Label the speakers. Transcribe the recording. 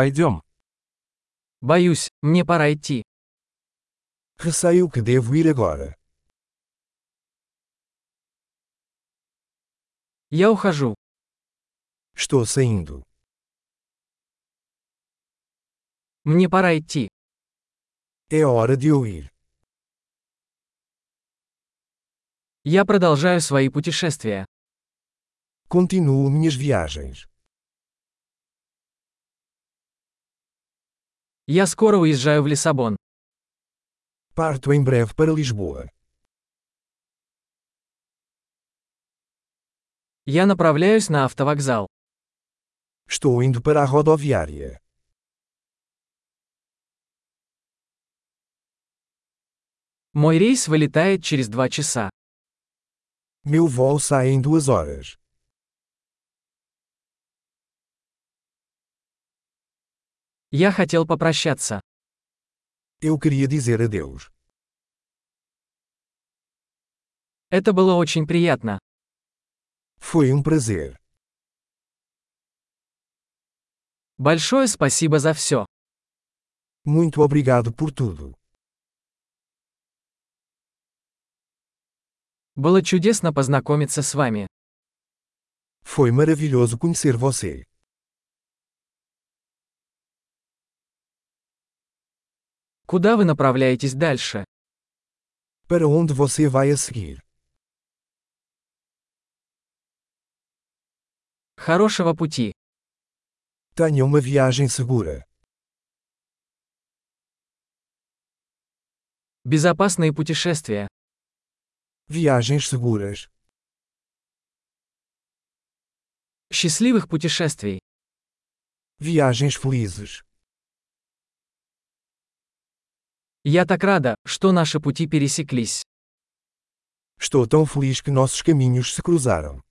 Speaker 1: Пойдем.
Speaker 2: Боюсь, мне пора идти.
Speaker 3: Receio que devo ir agora.
Speaker 2: Я ухожу.
Speaker 3: Estou saindo.
Speaker 2: Мне пора идти.
Speaker 3: É hora de eu ir.
Speaker 2: Я продолжаю свои путешествия.
Speaker 3: Continuo minhas viagens.
Speaker 2: Я скоро
Speaker 3: é
Speaker 2: уезжаю в Лиссабон.
Speaker 3: Parto em breve para Lisboa.
Speaker 2: Я направляюсь на автовокзал.
Speaker 3: Estou indo para a rodoviária.
Speaker 2: Мой рейс вылетает через два часа.
Speaker 3: Meu voo sai em duas horas.
Speaker 2: Я хотел попрощаться.
Speaker 3: Eu queria dizer adeus.
Speaker 2: Это было очень приятно.
Speaker 3: Foi um prazer.
Speaker 2: Большое спасибо за все.
Speaker 3: Muito obrigado por tudo.
Speaker 2: Было чудесно познакомиться с вами.
Speaker 3: Foi maravilhoso conhecer você.
Speaker 2: Куда вы направляетесь дальше?
Speaker 3: Para onde você vai a seguir?
Speaker 2: Хорошего пути.
Speaker 3: Tenha uma viagem segura.
Speaker 2: Безопасные путешествия.
Speaker 3: Viagens seguras.
Speaker 2: Счастливых путешествий.
Speaker 3: Viagens felizes.
Speaker 2: Я так рада, что наши пути пересеклись.
Speaker 3: Estou tão feliz que nossos caminhos se cruzaram.